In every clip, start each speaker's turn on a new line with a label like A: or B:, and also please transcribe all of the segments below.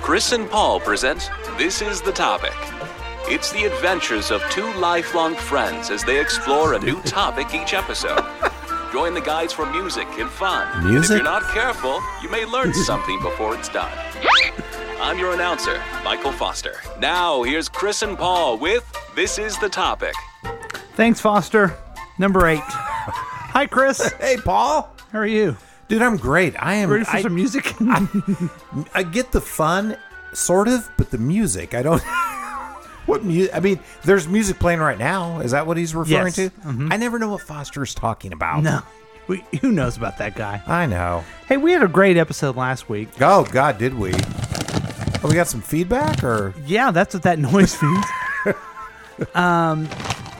A: Chris and Paul present This is the Topic. It's the adventures of two lifelong friends as they explore a new topic each episode. Join the guides for music and fun. And if
B: Music?
A: you're not careful, you may learn something before it's done. I'm your announcer, Michael Foster. Now, here's Chris and Paul with This is the Topic.
C: Thanks, Foster. Number eight. Hi, Chris.
B: Hey, Paul.
C: How are you?
B: Dude, I'm great. I am.
C: Ready for
B: I,
C: some music?
B: I get the fun, sort of, but the music, I don't. what music? I mean, there's music playing right now. Is that what he's referring
C: Yes. Mm-hmm.
B: to? I never know what Foster's talking about.
C: no. We, who knows about that guy?
B: I know.
C: Hey, we had a great episode last week.
B: Oh God, did we? Oh, we got some feedback, or
C: Yeah, that's what that noise means. um,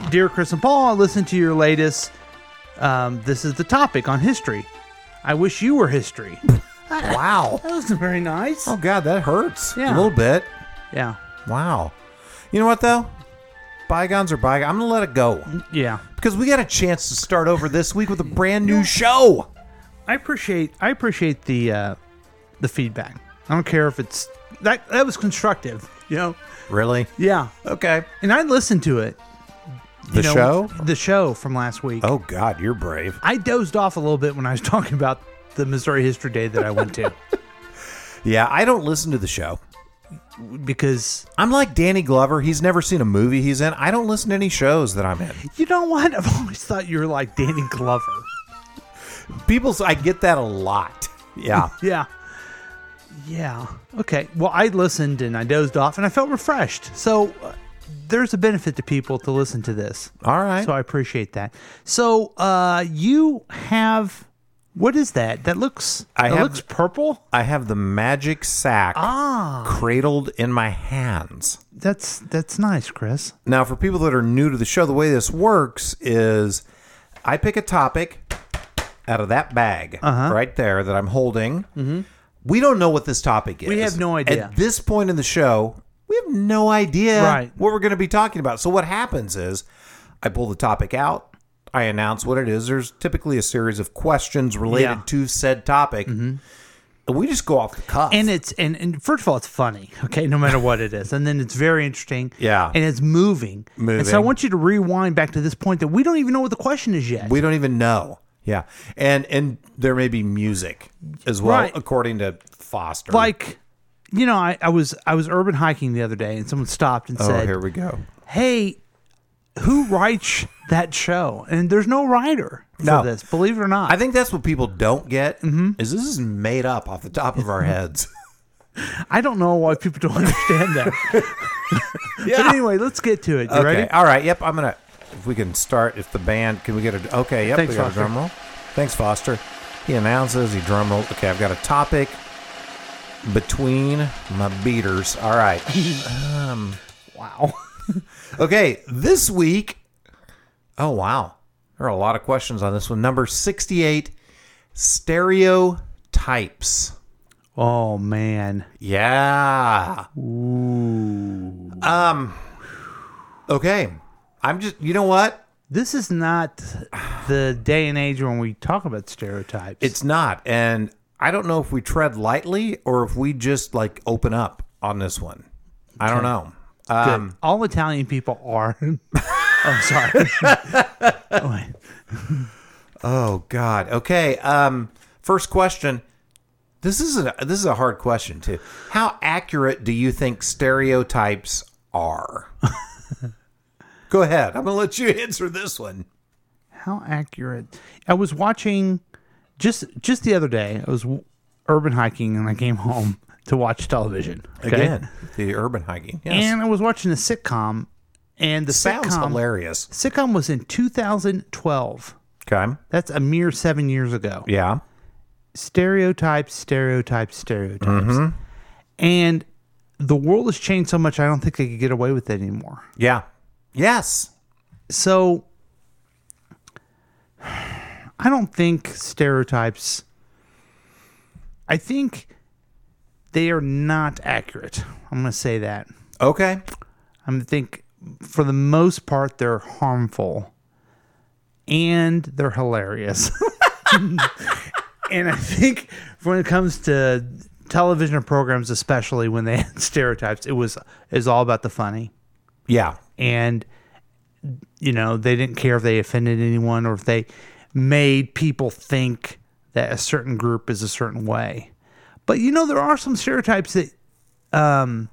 C: dear Chris and Paul, I listened to your latest. Um, this is the topic on history. I wish you were history.
B: wow.
C: That was very nice.
B: Oh God, that hurts a
C: Yeah.
B: little bit.
C: Yeah,
B: Wow. You know what though? Bygones are bygones. I'm gonna let it go
C: yeah.
B: because we got a chance to start over this week with a brand new show.
C: I appreciate I appreciate the uh, the feedback. I don't care if it's that that was constructive. You know?
B: Really?
C: Yeah.
B: Okay.
C: And I listened to it.
B: The
C: you know,
B: show?
C: The show from last week.
B: Oh God, you're brave.
C: I dozed off a little bit when I was talking about the Missouri History Day that I went to
B: Yeah, I don't listen to the show.
C: because
B: I'm like Danny Glover. He's never seen a movie he's in. I don't listen to any shows that I'm in.
C: you know what? I've always thought you were like Danny Glover.
B: People's I get that a lot. Yeah.
C: Yeah. Yeah. Okay. Well, I listened and I dozed off and I felt refreshed. So uh, there's a benefit to people to listen to this.
B: All right.
C: So I appreciate that. So uh, you have what is that? That looks
B: I
C: that
B: have-
C: looks purple.
B: I have the magic sack cradled in my hands.
C: That's that's nice, Chris.
B: Now, for people that are new to the show, the way this works is I pick a topic out of that bag
C: Uh-huh.
B: right there that I'm holding. Mm-hmm. We don't know what this topic is.
C: We have no idea.
B: At this point in the show, we have no idea
C: Right.
B: what we're going to be talking about. So, what happens is I pull the topic out, I announce what it is. There's typically a series of questions related
C: Yeah. Mm-hmm.
B: to said topic. And we just go off the cuff.
C: and it's and, and first of all it's funny okay no matter what it is and then it's very interesting
B: Yeah.
C: and it's moving and so i
B: Moving.
C: want you to rewind back to this point that we don't even know what the question is yet
B: We don't even know. Yeah. And and there may be music as well,
C: Right.
B: according to Foster.
C: like you know I, I was i was urban hiking the other day and someone stopped and
B: oh,
C: said
B: here we go.
C: hey who writes that show and there's no writer for
B: No.
C: this believe it or not
B: I think that's what people don't get
C: Mm-hmm.
B: is this is made up off the top of our heads.
C: i don't know why people don't understand that but anyway let's get to it you
B: okay.
C: ready
B: All right. Yep. I'm gonna. If we can start, if the band can we get a okay? Yep.
C: Thanks,
B: we got
C: Foster.
B: a drum roll. Thanks, Foster. He announces. He drum roll. Okay. I've got a topic between my beaters. All right.
C: wow
B: Okay, this week. Oh wow, there are a lot of questions on this one. Number sixty-eight, stereotypes.
C: oh man
B: Yeah. Ooh. Um. Okay, I'm just. You know what?
C: This is not the day and age when we talk about stereotypes.
B: It's not, and I don't know if we tread lightly or if we just like open up on this one. I don't know.
C: Good.
B: Um,
C: all Italian people are. I'm sorry. Oh, wait.
B: Oh God. Okay. Um. First question. This is a this is a hard question too. How accurate do you think stereotypes are? Go ahead. I'm gonna let you answer this one.
C: How accurate? I was watching just just the other day. I was w- urban hiking and I came home to watch television okay?
B: Again, the urban hiking. Yes.
C: And I was watching a sitcom, and the
B: Sounds
C: sitcom
B: hilarious.
C: sitcom was in 2012.
B: Okay.
C: That's a mere seven years ago.
B: Yeah.
C: stereotypes, stereotypes, stereotypes. And the world has changed so much, I don't think I could get away with it anymore.
B: Yeah. Yes.
C: So I don't think stereotypes, I think they are not accurate. I'm going to say that.
B: Okay.
C: I think for the most part, they're harmful and they're hilarious. and I think when it comes to television programs, especially when they had stereotypes, it was is all about the funny.
B: Yeah.
C: and you know they didn't care if they offended anyone or if they made people think that a certain group is a certain way but you know there are some stereotypes that um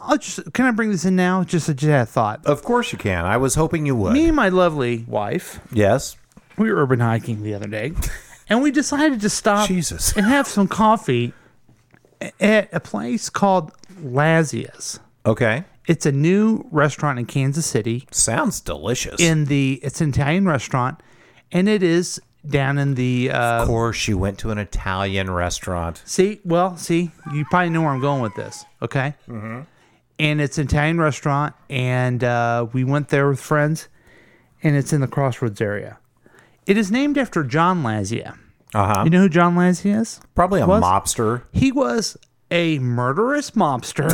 C: i'll just can i bring this in now just a, just a thought
B: Of course you can. I was hoping you would.
C: me and my lovely wife
B: Yes.
C: we were urban hiking the other day and we decided to stop
B: Jesus.
C: and have some coffee a- at a place called lazia's
B: Okay.
C: it's a new restaurant in kansas city
B: Sounds delicious.
C: in the it's an Italian restaurant, and it is down in the uh,
B: of course, you went to an Italian restaurant.
C: see. Well, see, you probably know where I'm going with this, okay? Mm-hmm. And it's an Italian restaurant, and uh, we went there with friends, and it's in the Crossroads area. It is named after John Lazia.
B: Uh huh.
C: You know who John Lazia is?
B: Probably a
C: Was-
B: mobster.
C: He was a murderous mobster.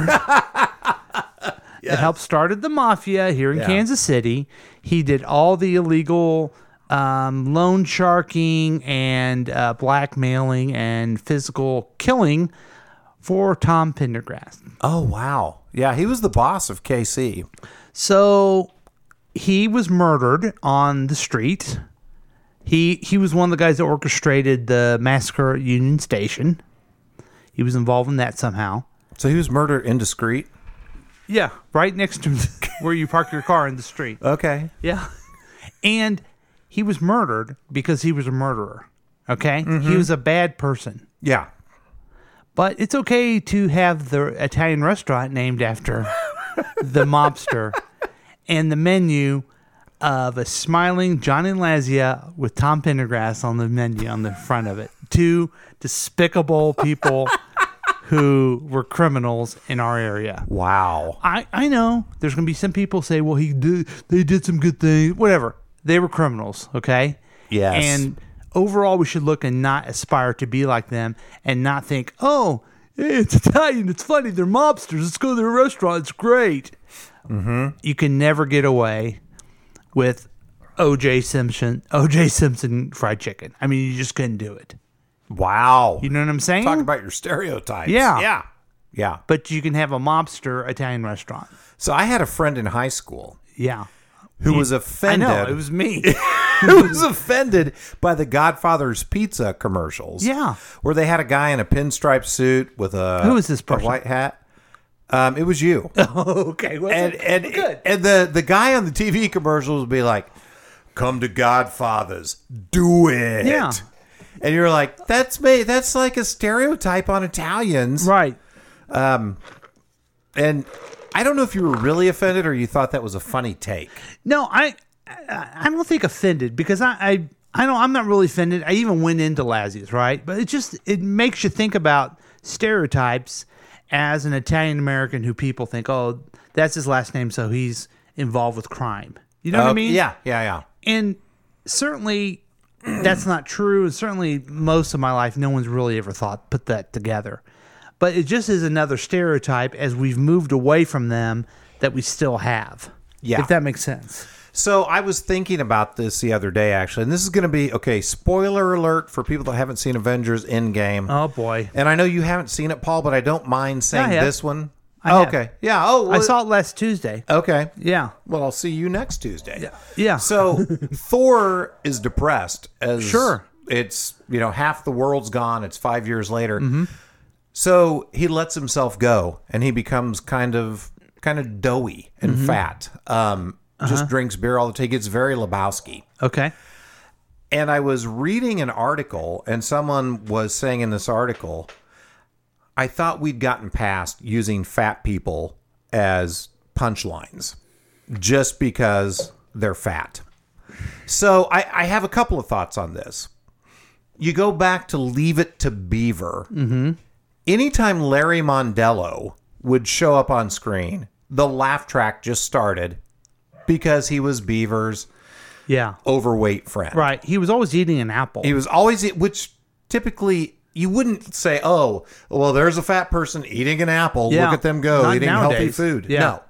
C: That helped started the mafia here in
B: Yeah.
C: Kansas City. He did all the illegal um, loan sharking and uh, blackmailing and physical killing for Tom Pendergrass.
B: Oh wow. Yeah, he was the boss of KC.
C: So he was murdered on the street. He he was one of the guys that orchestrated the massacre at Union Station. He was involved in that somehow.
B: So he was murder indiscreet.
C: Yeah, right next to where you park your car in the street.
B: Okay.
C: Yeah. And he was murdered because he was a murderer. Okay? He was a bad person.
B: Yeah.
C: But it's okay to have the Italian restaurant named after the mobster and the menu of a smiling Johnny Lazia with Tom Pendergrass on the menu on the front of it. Two despicable people who were criminals in our area.
B: Wow.
C: I, I know there's going to be some people say, well, he did, they did some good things, whatever. They were criminals, okay?
B: Yes.
C: And overall, we should look and not aspire to be like them and not think, oh, it's Italian, it's funny, they're mobsters, let's go to their restaurant, it's great. Mm-hmm. You can never get away with OJ Simpson, OJ Simpson fried chicken. I mean, you just couldn't do it.
B: Wow.
C: You know what I'm saying?
B: Talk about your stereotypes.
C: Yeah.
B: Yeah. Yeah.
C: but you can have a mobster Italian restaurant.
B: So I had a friend in high school
C: Yeah.
B: who was
C: I
B: offended.
C: know, it was me.
B: who was offended by the Godfather's pizza commercials.
C: Yeah.
B: Where they had a guy in a pinstripe suit with a
C: Who is this
B: a
C: person?
B: white hat. Um, it was you.
C: okay, well,
B: and and and the the guy on the TV commercials would be like, "Come to Godfather's, do it."
C: Yeah.
B: And you're like, "That's me. That's like a stereotype on Italians."
C: right.
B: And I don't know if you were really offended or you thought that was a funny take.
C: No, I, I I don't think offended because I I I know I'm not really offended. I even went into Lazzie's, right? But it just it makes you think about stereotypes as an Italian American who people think, oh, that's his last name, so he's involved with crime. You know what I
B: Uh,
C: mean?
B: Yeah, yeah, yeah.
C: And certainly that's not true. And certainly most of my life, no one's really ever thought put that together. But it just is another stereotype as we've moved away from them that we still have.
B: Yeah.
C: If that makes sense.
B: So I was thinking about this the other day, actually, and this is going to be okay. Spoiler alert for people that haven't seen Avengers Endgame.
C: Oh boy.
B: And I know you haven't seen it, Paul, but I don't mind saying
C: have.
B: this one.
C: I
B: Oh,
C: have.
B: okay. Yeah. Oh,
C: I
B: well,
C: saw it last Tuesday.
B: Okay.
C: Yeah.
B: Well, I'll see you next Tuesday. Yeah.
C: Yeah.
B: So Thor is depressed as
C: Sure.
B: It's you know half the world's gone. It's five years later.
C: Mm-hmm.
B: So he lets himself go, and he becomes kind of kind of doughy and
C: Mm-hmm.
B: fat. Um,
C: Uh-huh.
B: just drinks beer all the time. He gets very Lebowski.
C: Okay.
B: And I was reading an article, and someone was saying in this article, I thought we'd gotten past using fat people as punchlines just because they're fat. So I, I have a couple of thoughts on this. You go back to Leave It to Beaver. Mm-hmm. Anytime Larry Mondello would show up on screen, the laugh track just started because he was Beaver's
C: Yeah.
B: overweight friend.
C: Right. He was always eating an apple.
B: He was always, which typically you wouldn't say, oh, well, there's a fat person eating an apple.
C: Yeah.
B: Look at them go,
C: Not
B: eating healthy
C: nowadays.
B: food.
C: Yeah.
B: No.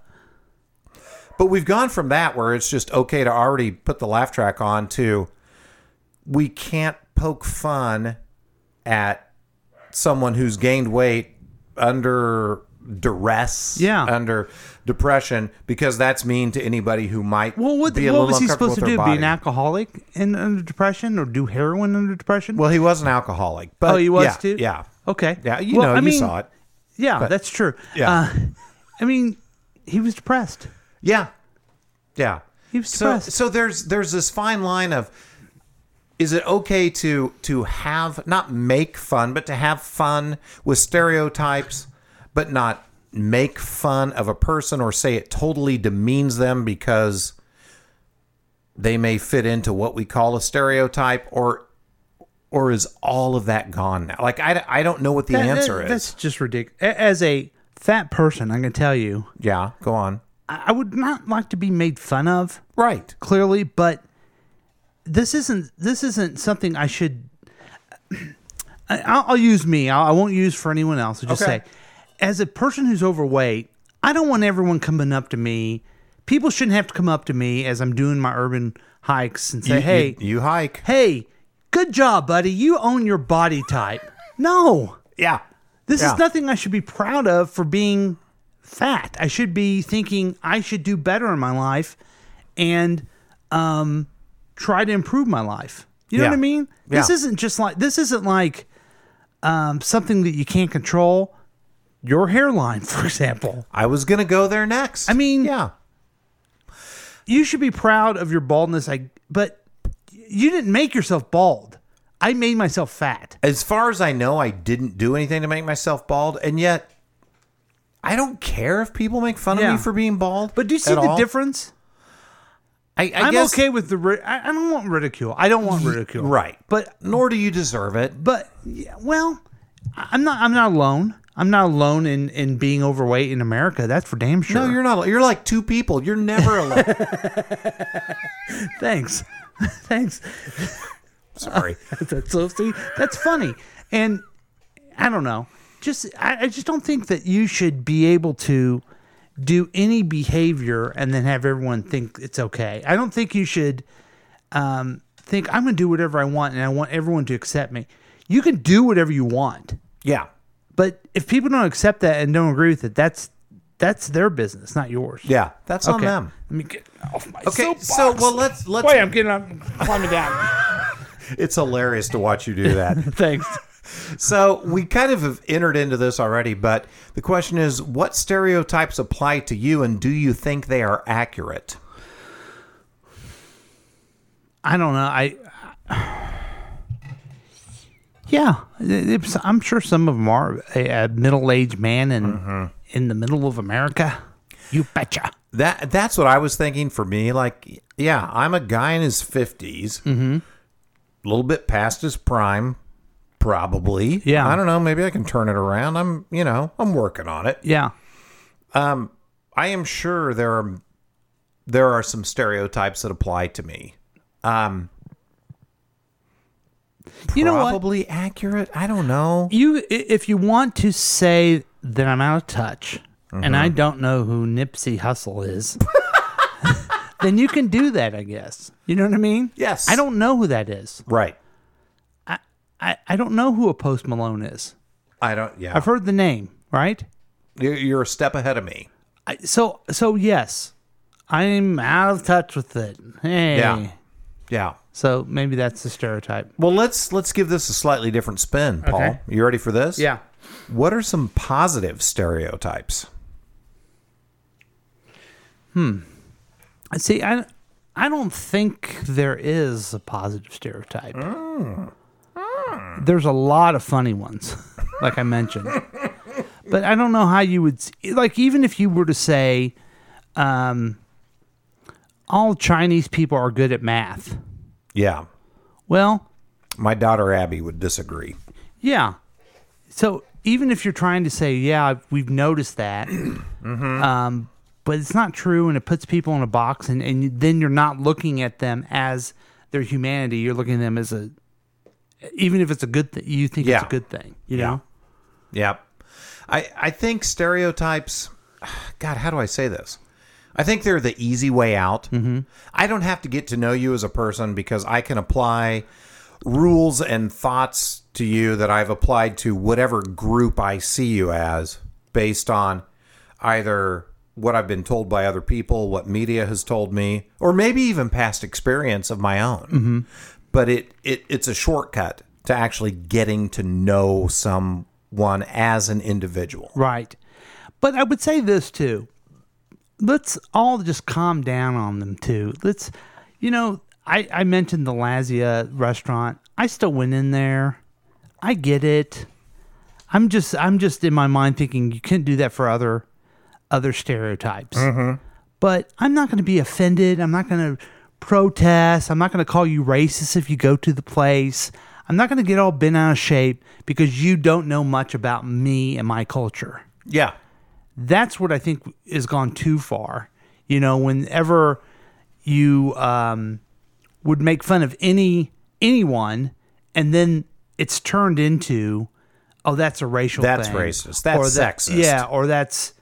B: But we've gone from that where it's just okay to already put the laugh track on to we can't poke fun at expect someone who's gained weight under duress,
C: Yeah.
B: under depression, because that's mean to anybody who might.
C: Well, what,
B: be a
C: what
B: little
C: was he
B: uncomfortable
C: supposed
B: with
C: to do?
B: their
C: Be an
B: body.
C: alcoholic in, under depression or do heroin under depression?
B: Well, he was an alcoholic, but
C: oh, he was
B: yeah,
C: too?
B: Yeah,
C: Okay.
B: yeah. You
C: Well,
B: know,
C: I
B: you
C: mean,
B: saw it.
C: Yeah, that's true.
B: Yeah.
C: Uh, I mean, he was depressed.
B: Yeah, yeah.
C: He was
B: so
C: depressed.
B: so there's there's this fine line of is it okay to to have not make fun, but to have fun with stereotypes, but not make fun of a person or say it totally demeans them because they may fit into what we call a stereotype or or is all of that gone now like i, I don't know what the
C: That- that-
B: answer is.
C: That's just ridiculous. As a fat person, I can tell you,
B: yeah go on
C: I I would not like to be made fun of.
B: right
C: clearly, but this isn't this isn't something I should. I- I'll, I'll use me. I'll, I won't use for anyone else. I'll just
B: Okay.
C: say, as a person who's overweight, I don't want everyone coming up to me. People shouldn't have to come up to me as I'm doing my urban hikes and say,
B: You-
C: "Hey,
B: you, you hike
C: hey, good job, buddy. You own your body type." no,
B: yeah
C: this
B: Yeah.
C: is nothing I should be proud of for being fat. I should be thinking I should do better in my life and um, try to improve my life. You know
B: Yeah.
C: what I mean? This
B: Yeah.
C: isn't just like this isn't like um, something that you can't control. Your hairline, for example,
B: i was gonna go there next
C: I mean-
B: yeah
C: you should be proud of your baldness. I but you didn't make yourself bald. I made myself fat.
B: as far as I know, I didn't do anything to make myself bald, and yet I don't care if people make fun of
C: Yeah.
B: me for being bald.
C: But do you see
B: at
C: the
B: all.
C: difference?
B: I, I
C: I'm
B: guess,
C: okay with the. Ri- I, I don't want ridicule. I don't want ridicule.
B: right?
C: But
B: nor do you deserve it.
C: but yeah, well, I- I'm not. I'm not alone. I'm not alone in in being overweight in America. That's for damn sure.
B: No, you're not. You're like two people. You're never alone.
C: Thanks, thanks.
B: Sorry.
C: That's so see. That's funny. And I don't know. Just I, I just don't think that you should be able to do any behavior and then have everyone think it's okay. I don't think you should um, think I'm going to do whatever I want and I want everyone to accept me. You can do whatever you want.
B: Yeah.
C: But if people don't accept that and don't agree with it, that's that's their business, not yours.
B: Yeah. That's on
C: Okay.
B: them.
C: Let me get off my
B: Okay.
C: soapbox.
B: So well, let's let's.
C: Wait, I'm getting up, climbing down.
B: It's hilarious to watch you do that.
C: Thanks.
B: So we kind of have entered into this already, but the question is, what stereotypes apply to you, and do you think they are accurate?
C: I don't know. I yeah, it- it's- I'm sure some of them are a, a middle-aged man in
B: Mm-hmm.
C: in the middle of America. You betcha.
B: That that's what I was thinking for me. Like, yeah, I'm a guy in his 50s
C: Mm-hmm.
B: a little bit past his prime, probably.
C: Yeah.
B: I don't know. Maybe I can turn it around. I'm, you know, I'm working on it.
C: Yeah.
B: I am sure there are there are some stereotypes that apply to me. Um,
C: You know what?
B: probably accurate. I don't know.
C: you i- if you want to say that I'm out of touch and
B: Mm-hmm.
C: I don't know who Nipsey Hussle is, then you can do that, I guess. You know what I mean?
B: Yes.
C: I don't know who that is.
B: Right.
C: I, I don't know who a Post Malone is.
B: I don't. Yeah.
C: I've heard the name, right?
B: You're- You're a step ahead of me.
C: I, so so yes, I'm out of touch with it. Hey.
B: Yeah. Yeah.
C: So maybe that's the stereotype.
B: Well, let's let's give this a slightly different spin, Paul.
C: Okay.
B: You ready for this? What are some positive stereotypes?
C: See, I I don't think there is a positive stereotype. There's a lot of funny ones, like I mentioned. but I don't know how you would s- like even if you were to say um all Chinese people are good at math.
B: Yeah.
C: Well,
B: My daughter Abby would disagree.
C: Yeah. So even if you're trying to say, yeah, we've noticed that,
B: Mm-hmm.
C: um, but it's not true and it puts people in a box, and, and you- then you're not looking at them as their humanity. You're looking at them as a, even if it's a good thing, you think it's
B: Yeah.
C: a good thing, you
B: Yeah.
C: know?
B: Yep. I I think stereotypes God, how do I say this? I think they're the easy way out. Mm-hmm. I don't have to get to know you as a person because I can apply rules and thoughts to you that I've applied to whatever group I see you as based on either what I've been told by other people, what media has told me, or maybe even past experience of my own. But it, it it's a shortcut to actually getting to know someone as an individual.
C: Right. But I would say this too. Let's all just calm down on them too. Let's, you know, I, I mentioned the Lazia restaurant. I still went in there. I get it. I'm just I'm just in my mind thinking you can't do that for other other stereotypes. But I'm not going to be offended. I'm not going to protest. I'm not going to call you racist if you go to the place. I'm not going to get all bent out of shape because you don't know much about me and my culture
B: Yeah.
C: that's what I think has gone too far. You know, whenever you um, would make fun of any anyone, and then it's turned into, oh, that's a racial.
B: That's
C: thing,"
B: racist. That's sexist.
C: Yeah, or that's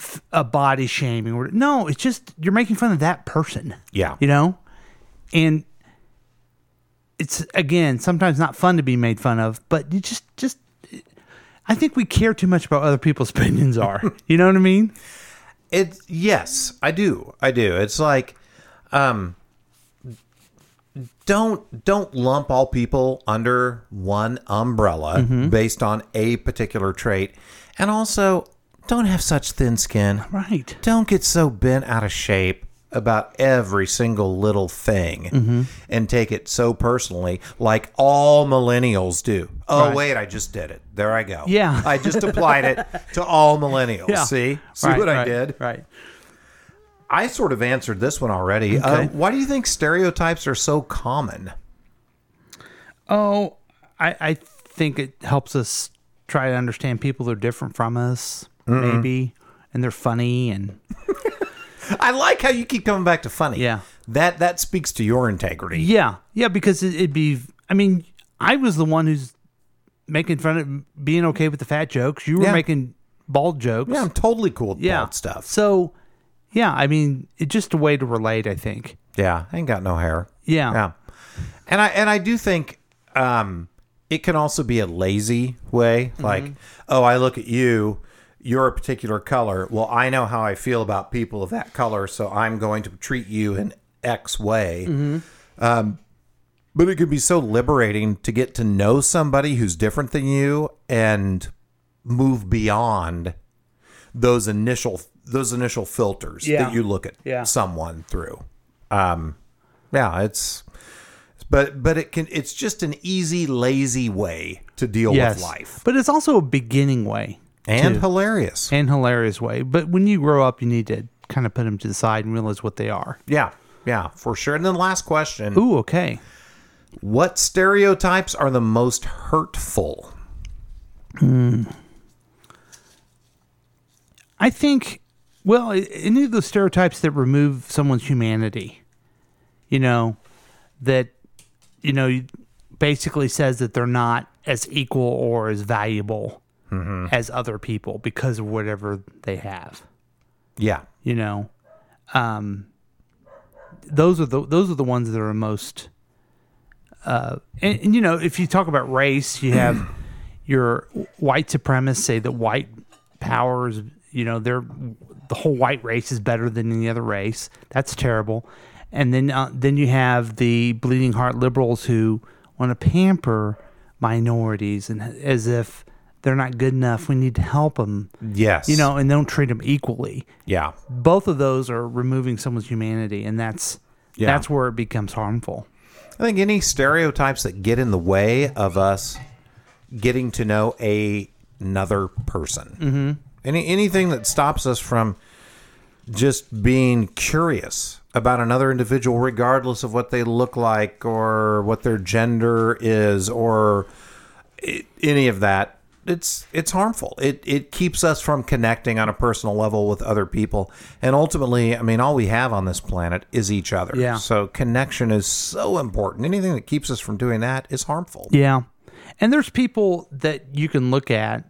C: f- a body shaming. Or no, it's just you're making fun of that person.
B: Yeah.
C: you know, and it's again sometimes not fun to be made fun of, but you just just. I think we care too much about other people's opinions are. You know what I mean?
B: It yes, I do. I do. It's like um don't don't lump all people under one umbrella based on a particular trait. And also don't have such thin skin.
C: Right.
B: Don't get so bent out of shape about every single little thing
C: Mm-hmm.
B: and take it so personally like all millennials do. Oh
C: Right.
B: wait, I just did it. There I go.
C: Yeah.
B: I just applied it to all millennials.
C: Yeah.
B: See? See
C: Right,
B: what I
C: right,
B: did?
C: Right.
B: I sort of answered this one already. Uh, why do you think stereotypes are so common?
C: Oh, I, I think it helps us try to understand people that are different from us, maybe, and they're funny and
B: I like how you keep coming back to funny.
C: Yeah.
B: that that speaks to your integrity.
C: yeah, yeah. Because it, it'd be. I mean, I was the one who's making fun of being okay with the fat jokes. You were
B: Yeah.
C: making bald jokes.
B: Yeah, I'm totally cool with
C: yeah.
B: bald stuff.
C: So, yeah, I mean, it's just a way to relate. I think.
B: Yeah, I ain't got no hair.
C: Yeah.
B: yeah. And I and I do think um, it can also be a lazy way.
C: Mm-hmm.
B: Like, oh, I look at you. You're a particular color. Well, I know how I feel about people of that color, so I'm going to treat you in X way.
C: Mm-hmm.
B: Um, But it could be so liberating to get to know somebody who's different than you and move beyond those initial those initial filters
C: Yeah.
B: that you look at
C: Yeah.
B: someone through. Um, yeah, it's but but it can it's just an easy lazy way to deal
C: Yes.
B: with life
C: But it's also a beginning way.
B: and
C: too.
B: hilarious.
C: and hilarious way. But when you grow up, you need to kind of put them to the side and realize what they are.
B: yeah, yeah, for sure. And then last question:
C: Ooh, okay.
B: What stereotypes are the most hurtful?
C: I think, well, a- any of those stereotypes that remove someone's humanity, you know, that, you know, basically says that they're not as equal or as valuable
B: Mm-hmm.
C: as other people because of whatever they have.
B: Yeah,
C: you know um those are the those are the ones that are most uh and, and, you know if you talk about race you have your white supremacists say that white power is you know they're the whole white race is better than any other race that's terrible and then uh, then you have the bleeding heart liberals who want to pamper minorities and as if they're not good enough we need to help them
B: yes,
C: you know and they don't treat them equally
B: yeah.
C: both of those are removing someone's humanity and that's
B: Yeah.
C: that's where it becomes harmful
B: I think any stereotypes that get in the way of us getting to know a, another person, mm-hmm. any anything that stops us from just being curious about another individual, regardless of what they look like or what their gender is or i- any of that, it's it's harmful. It it keeps us from connecting on a personal level with other people, and ultimately, I mean, all we have on this planet is each other.
C: Yeah.
B: So connection is so important. Anything that keeps us from doing that is harmful.
C: yeah and there's people that you can look at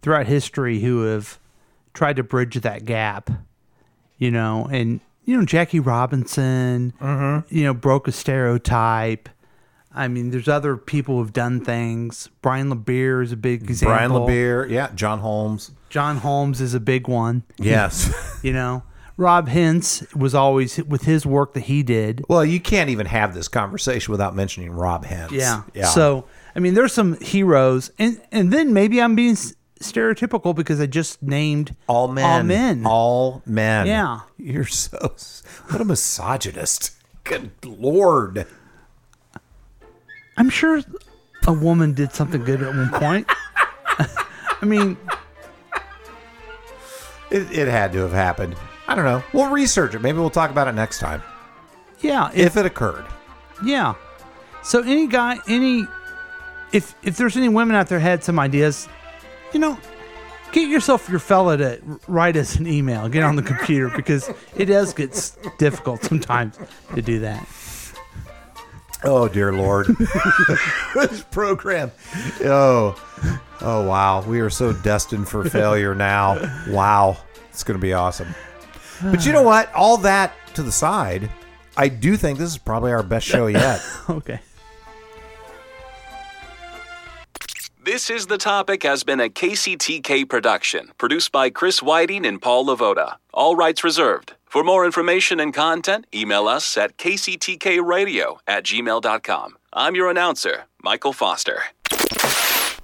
C: throughout history who have tried to bridge that gap you know
B: Mm-hmm.
C: and you know jackie robinson you know broke a stereotype I mean, there's other people who've done things. Brian LeBeer is a big example.
B: Brian LeBeer, yeah, John Holmes,
C: John Holmes is a big one.
B: yes.
C: You know, Rob Hintz was always with his work that he did.
B: well, you can't even have this conversation without mentioning Rob Hens.
C: Yeah.
B: yeah.
C: So I mean, there's some heroes, and and then maybe I'm being s- stereotypical because I just named
B: all men,
C: All men.
B: all men.
C: Yeah.
B: you're so what a misogynist. Good lord.
C: I'm sure a woman did something good at one point. I mean,
B: It, it had to have happened. I don't know. We'll research it. Maybe we'll talk about it next time
C: yeah, if,
B: if it occurred.
C: yeah. So any guy, any if if there's any women out there had some ideas, you know, get yourself your fella to r- write us an email, get on the computer because it does get s- difficult sometimes to do that.
B: Oh dear lord. this program. Oh. Oh wow. We are so destined for failure now. Wow. It's going to be awesome. But you know what? All that to the side, I do think this is probably our best show yet.
C: Okay.
A: This is the topic has been a KCTK production, produced by Chris Whiting and Paul Lavoda. All rights reserved. For more information and content, email us at kctkradio at gmail.com. I'm your announcer, Michael Foster.